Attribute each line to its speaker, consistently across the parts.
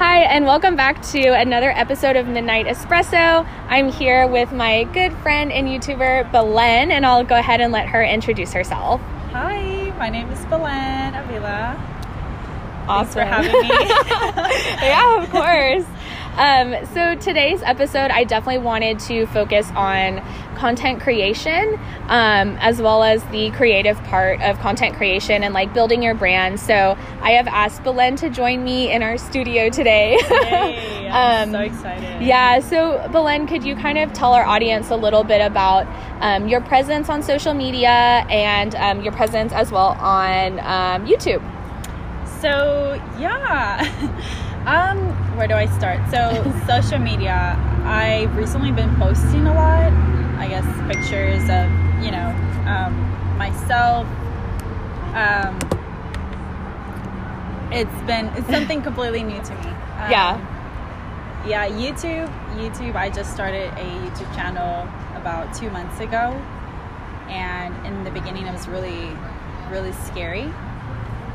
Speaker 1: right, and welcome back to another episode of Midnight Espresso. I'm here with my good friend and YouTuber Belen, and I'll go ahead and let her introduce herself.
Speaker 2: Hi, my name is Belen Avila. Thanks for
Speaker 1: Awesome.
Speaker 2: having me.
Speaker 1: yeah, of course. Um, so today's episode, I definitely wanted to focus on content creation, um, as well as the creative part of content creation and like building your brand. So I have asked Belen to join me in our studio today.
Speaker 2: Yay, I'm
Speaker 1: Um,
Speaker 2: so excited.
Speaker 1: Yeah, so Belen, could you kind of tell our audience a little bit about um, your presence on social media and um, your presence as well on um, YouTube?
Speaker 2: So yeah. um, where do I start? So social media. I've recently been posting a lot. I guess pictures of you know um, myself. Um, it's been it's something completely new to me. Um,
Speaker 1: yeah.
Speaker 2: Yeah, YouTube. YouTube. I just started a YouTube channel about two months ago, and in the beginning, it was really, really scary.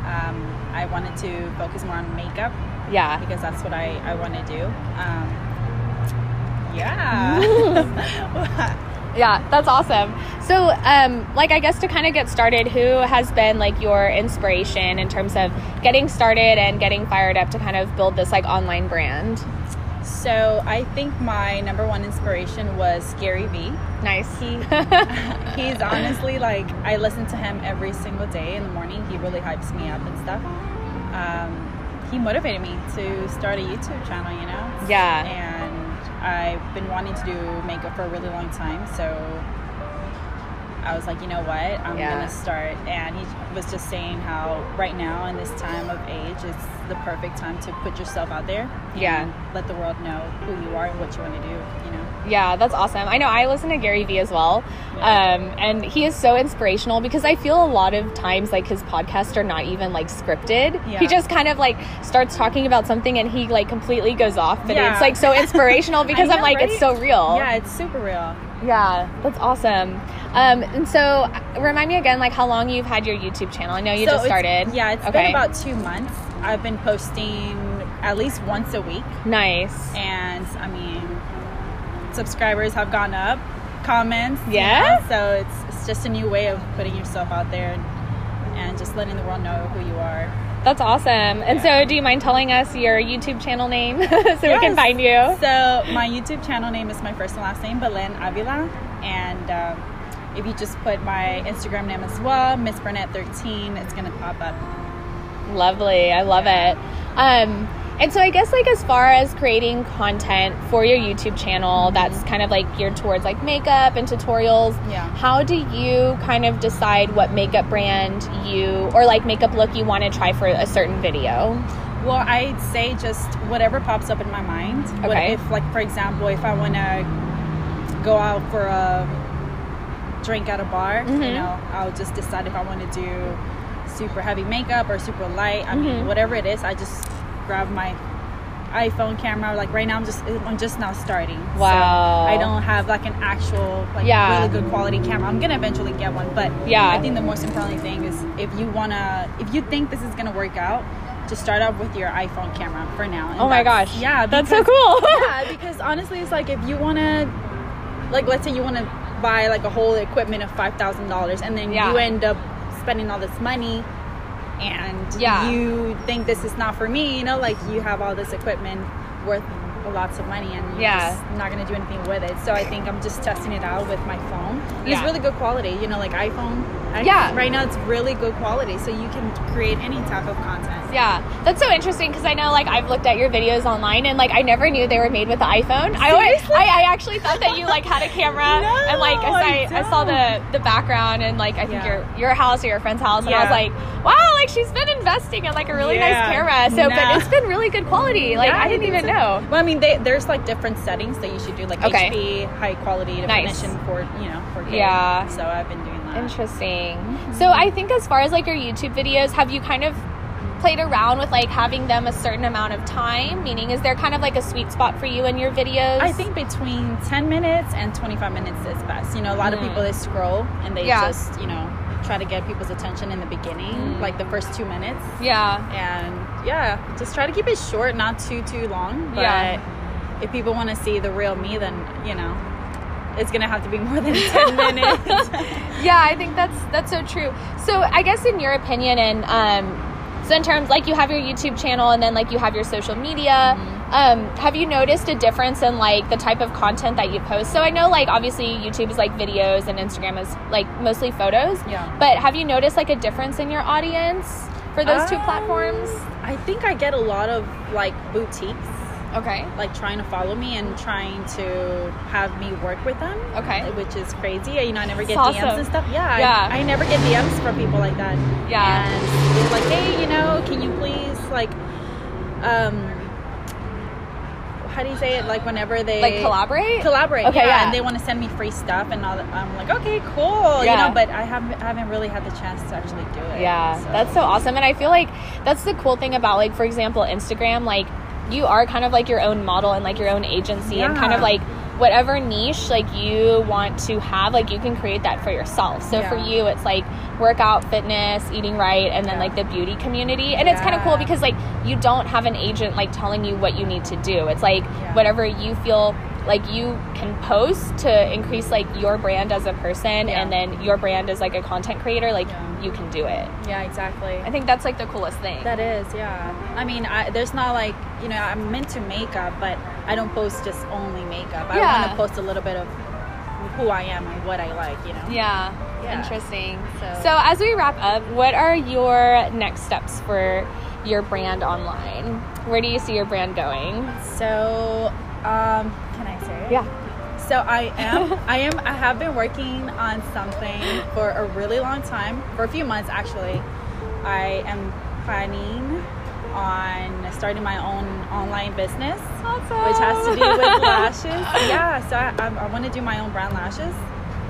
Speaker 2: Um, I wanted to focus more on makeup
Speaker 1: Yeah.
Speaker 2: because that's what I, I want to do. Um, yeah.
Speaker 1: Yeah, that's awesome. So, um, like, I guess to kind of get started, who has been like your inspiration in terms of getting started and getting fired up to kind of build this like online brand?
Speaker 2: so I think my number one inspiration was Gary Vee.
Speaker 1: Nice.
Speaker 2: He he's honestly like I listen to him every single day in the morning. He really hypes me up and stuff. Um, he motivated me to start a YouTube channel, you know.
Speaker 1: yeah.
Speaker 2: And I've been wanting to do makeup for a really long time, so I was like, you know what, I'm
Speaker 1: Yeah.
Speaker 2: gonna start. And he was just saying how right now in this time of age, it's the perfect time to put yourself out there.
Speaker 1: Yeah.
Speaker 2: and let the world know who you are and what you want to do. You know.
Speaker 1: Yeah, that's awesome. I know I listen to Gary Vee as well. Um, and he is so inspirational because I feel a lot of times like his podcasts are not even like scripted.
Speaker 2: Yeah.
Speaker 1: He just kind of like starts talking about something and he like completely goes off, but
Speaker 2: Yeah.
Speaker 1: it's like so inspirational because I'm
Speaker 2: know,
Speaker 1: like, it's so
Speaker 2: right?
Speaker 1: real.
Speaker 2: Yeah, it's super real.
Speaker 1: Yeah, that's awesome. Um, and so uh, remind me again, like how long you've had your YouTube channel. I know you
Speaker 2: So
Speaker 1: just
Speaker 2: it's-
Speaker 1: started.
Speaker 2: Yeah, it's
Speaker 1: Okay.
Speaker 2: been about two months. I've been posting at least once a week,
Speaker 1: Nice.
Speaker 2: and I mean, subscribers have gone up, comments. you
Speaker 1: Yeah?
Speaker 2: know, so it's it's just a new way of putting yourself out there and, and just letting the world know who you are.
Speaker 1: That's awesome. And so do you mind telling us your YouTube channel name so we can
Speaker 2: Yes.
Speaker 1: find you?
Speaker 2: So my YouTube channel name is my first and last name, Belen Avila, and. Um, if you just put my Instagram name as well, Miss Burnett 13, it's gonna pop up.
Speaker 1: Lovely. I love it. Um, and so I guess like as far as creating content for your YouTube channel that's
Speaker 2: Mm-hmm.
Speaker 1: kind of like geared towards like makeup and tutorials,
Speaker 2: Yeah.
Speaker 1: how do you kind of decide what makeup brand you or like makeup look you want to try for a certain video?
Speaker 2: Well, I'd say just whatever pops up in my mind. What
Speaker 1: Okay.
Speaker 2: if, like, for example, if I want to go out for a drink at a bar, you
Speaker 1: Mhm.
Speaker 2: know, I'll just decide if I want to do super heavy makeup or super light. I mean,
Speaker 1: Mm-hmm.
Speaker 2: whatever it is, I just grab my iPhone camera. Like right now, I'm just I'm just now starting. So
Speaker 1: Wow.
Speaker 2: I don't have like an actual like
Speaker 1: Yeah.
Speaker 2: really good quality camera. I'm gonna eventually get one, but
Speaker 1: Yeah.
Speaker 2: I think the most important thing is if you wanna, if you think this is gonna work out, just start off with your iPhone camera for now. And
Speaker 1: Oh my
Speaker 2: that's-
Speaker 1: gosh.
Speaker 2: Yeah,
Speaker 1: That's so
Speaker 2: because-
Speaker 1: cool.
Speaker 2: yeah, because honestly, it's like if you wanna, like, let's say you wanna buy like a whole equipment of five thousand dollars, and then
Speaker 1: Yeah.
Speaker 2: you end up spending all this money, and
Speaker 1: Yeah.
Speaker 2: you think this is not for me. You know, like you have all this equipment worth lots of money, and you're
Speaker 1: Yeah.
Speaker 2: just not gonna do anything with it. So I think I'm just testing it out with my phone. And
Speaker 1: Yeah.
Speaker 2: It's really good quality. You know, like iPhone. I-
Speaker 1: Yeah.
Speaker 2: Right now, it's really good quality, so you can create any type of content.
Speaker 1: Yeah, that's so interesting because I know like I've looked at your videos online and like I never knew they were made with the iPhone. I always, I, I actually thought that you like had a camera
Speaker 2: No,
Speaker 1: and like as
Speaker 2: I
Speaker 1: I, I, saw the the background and like I think
Speaker 2: Yeah.
Speaker 1: your your house or your friend's house and I was
Speaker 2: Yeah.
Speaker 1: like, wow, like she's been investing in like a really
Speaker 2: Yeah.
Speaker 1: nice camera. So,
Speaker 2: No.
Speaker 1: but it's been really good quality. Like
Speaker 2: Yeah,
Speaker 1: I didn't
Speaker 2: think
Speaker 1: even
Speaker 2: so.
Speaker 1: know.
Speaker 2: Well, I mean, they, there's like different settings that you should do, like
Speaker 1: Okay.
Speaker 2: HP, high quality
Speaker 1: Nice.
Speaker 2: definition for you know for
Speaker 1: Yeah.
Speaker 2: So I've been doing that.
Speaker 1: Interesting. So I think as far as like your YouTube videos, have you kind of played around with like having them a certain amount of time? Meaning, is there kind of like a sweet spot for you in your videos?
Speaker 2: I think between 10 minutes and 25 minutes is best. You know, a lot of
Speaker 1: Mm.
Speaker 2: people they scroll and they
Speaker 1: Yeah.
Speaker 2: just you know try to get people's attention in the beginning,
Speaker 1: Mm.
Speaker 2: like the first two minutes.
Speaker 1: Yeah.
Speaker 2: And yeah, just try to keep it short, not too too long. But
Speaker 1: Yeah.
Speaker 2: if people want to see the real me, then you know, it's gonna have to be more than ten minutes.
Speaker 1: Yeah, I think that's that's so true. So I guess in your opinion and um so in terms like you have your YouTube channel and then like you have your social media.
Speaker 2: Mm-hmm.
Speaker 1: Um, have you noticed a difference in like the type of content that you post? So I know like obviously YouTube is like videos and Instagram is like mostly photos.
Speaker 2: yeah.
Speaker 1: But have you noticed like a difference in your audience for those two
Speaker 2: Um,
Speaker 1: platforms?
Speaker 2: I think I get a lot of like boutiques
Speaker 1: Okay.
Speaker 2: like trying to follow me and trying to have me work with them.
Speaker 1: Okay.
Speaker 2: Which is crazy. You know, I never get
Speaker 1: It's awesome.
Speaker 2: DMs and stuff. Yeah. I-
Speaker 1: Yeah.
Speaker 2: I, never get DMs from people like that.
Speaker 1: Yeah.
Speaker 2: And they're like, hey, you know, can you please like um how do you say it? Like whenever they
Speaker 1: like collaborate?
Speaker 2: collaborate.
Speaker 1: Okay, yeah.
Speaker 2: And they want to send me free stuff and all that. I'm like, okay, cool.
Speaker 1: Yeah.
Speaker 2: You know, but I haven't I haven't really had the chance to actually do it.
Speaker 1: Yeah,
Speaker 2: So-
Speaker 1: that's so awesome. And I feel like that's the cool thing about, like, for example, Instagram. Like, you are kind of like your own model and like your own agency and kind of
Speaker 2: Yeah.
Speaker 1: like whatever niche like you want to have, like, you can create that for yourself. So for
Speaker 2: Yeah.
Speaker 1: you, it's like workout, fitness, eating right, and then
Speaker 2: Yeah.
Speaker 1: like the beauty community. And it's kind of
Speaker 2: Yeah.
Speaker 1: cool because like you don't have an agent like telling you what you need to do. It's like
Speaker 2: Yeah.
Speaker 1: whatever you feel like you can post to increase like your brand as a person
Speaker 2: Yeah.
Speaker 1: and then your brand as like a content creator like
Speaker 2: Yeah.
Speaker 1: you can do it
Speaker 2: yeah, exactly.
Speaker 1: I think that's like the coolest thing.
Speaker 2: That is, yeah. I mean, I, there's not like you know, I'm into makeup, but I don't post just only makeup. I
Speaker 1: Yeah.
Speaker 2: want to post a little bit of who I am and what I like, you know.
Speaker 1: yeah.
Speaker 2: Yeah.
Speaker 1: Interesting.
Speaker 2: So-
Speaker 1: So, as we wrap up, what are your next steps for your brand online? Where do you see your brand going?
Speaker 2: So, um, can I say? it? So I am, I am, I have been working on something for a really long time, for a few months actually. I am planning on starting my own online business.
Speaker 1: Awesome.
Speaker 2: which has to do with lashes. Yeah, so I, I, I want to do my own brand lashes.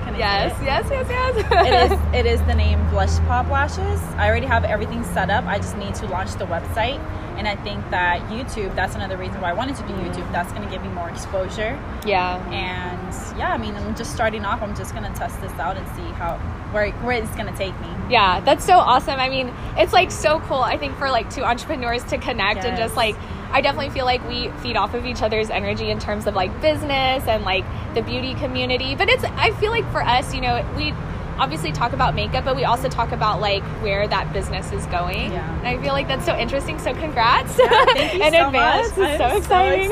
Speaker 2: Can I
Speaker 1: Yes,
Speaker 2: say
Speaker 1: yes, yes, yes.
Speaker 2: It? it is. It is the name Blush Pop Lashes. I already have everything set up. I just need to launch the website, and I think that YouTube. That's another reason why I wanted to do YouTube. That's going to give me more exposure.
Speaker 1: Yeah.
Speaker 2: And yeah, I mean, I'm just starting off. I'm just going to test this out and see how where where it's going to take me.
Speaker 1: Yeah, that's so awesome. I mean, it's like so cool. I think for like two entrepreneurs to connect and just
Speaker 2: Yes.
Speaker 1: like I definitely feel like we feed off of each other's energy in terms of like business and like the beauty community. But it's I feel like for us, you know, we obviously talk about makeup, but we also talk about like where that business is going.
Speaker 2: Yeah.
Speaker 1: And I feel like that's so interesting. So congrats
Speaker 2: Yeah, thank you
Speaker 1: in
Speaker 2: so
Speaker 1: advance. It's
Speaker 2: much. I'm
Speaker 1: so
Speaker 2: so
Speaker 1: exciting.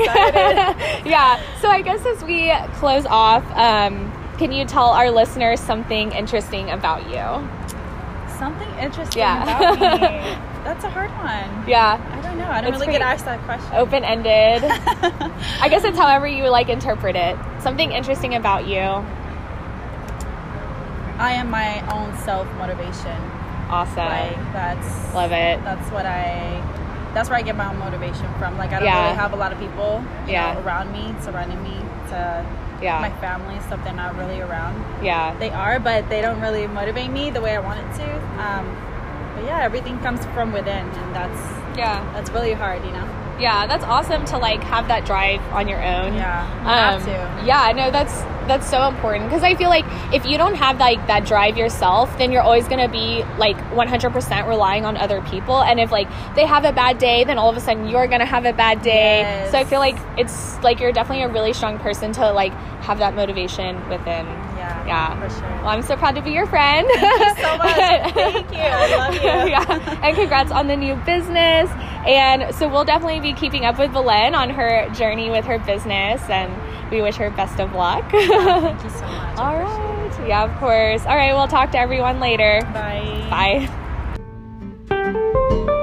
Speaker 2: excited.
Speaker 1: yeah. So I guess as we close off, um, can you tell our listeners something interesting about you?
Speaker 2: Something interesting
Speaker 1: Yeah.
Speaker 2: about me. That's a hard one.
Speaker 1: Yeah.
Speaker 2: I don't know. I don't
Speaker 1: It's Oh.
Speaker 2: really get
Speaker 1: pretty-
Speaker 2: asked that question.
Speaker 1: open ended. I guess it's however you like interpret it. Something interesting about you.
Speaker 2: I am my own self motivation.
Speaker 1: Awesome.
Speaker 2: Like that's
Speaker 1: Love it.
Speaker 2: That's what I. That's where I get my own motivation from. Like I don't
Speaker 1: Yeah.
Speaker 2: really have a lot of people, you
Speaker 1: Yeah.
Speaker 2: know, around me, surrounding me. To my
Speaker 1: Yeah.
Speaker 2: family and stuff, they're not really around.
Speaker 1: Yeah.
Speaker 2: They are, but they don't really motivate me the way I want it to. Um, but yeah, everything comes from within, and that's
Speaker 1: Yeah.
Speaker 2: that's really hard, you know.
Speaker 1: Yeah. That's awesome to like have that drive on your own.
Speaker 2: Yeah, you
Speaker 1: Um,
Speaker 2: have to.
Speaker 1: Yeah, no, that's that's so important because I feel like if you don't have like that drive yourself, then you're always gonna be like 100% relying on other people. And if like they have a bad day, then all of a sudden you're gonna have a bad day.
Speaker 2: Yes.
Speaker 1: So I feel like it's like you're definitely a really strong person to like have that motivation within.
Speaker 2: Yeah,
Speaker 1: Yeah.
Speaker 2: for sure.
Speaker 1: Well, I'm so proud to be your friend.
Speaker 2: Thank you so much. Thank you. I love you.
Speaker 1: yeah. And congrats on the new business. And so we'll definitely be keeping up with Valen on her journey with her business and we wish her best of luck.
Speaker 2: Thank you so much.
Speaker 1: All right. Yeah, of course. All right. We'll talk to everyone later.
Speaker 2: Bye.
Speaker 1: Bye.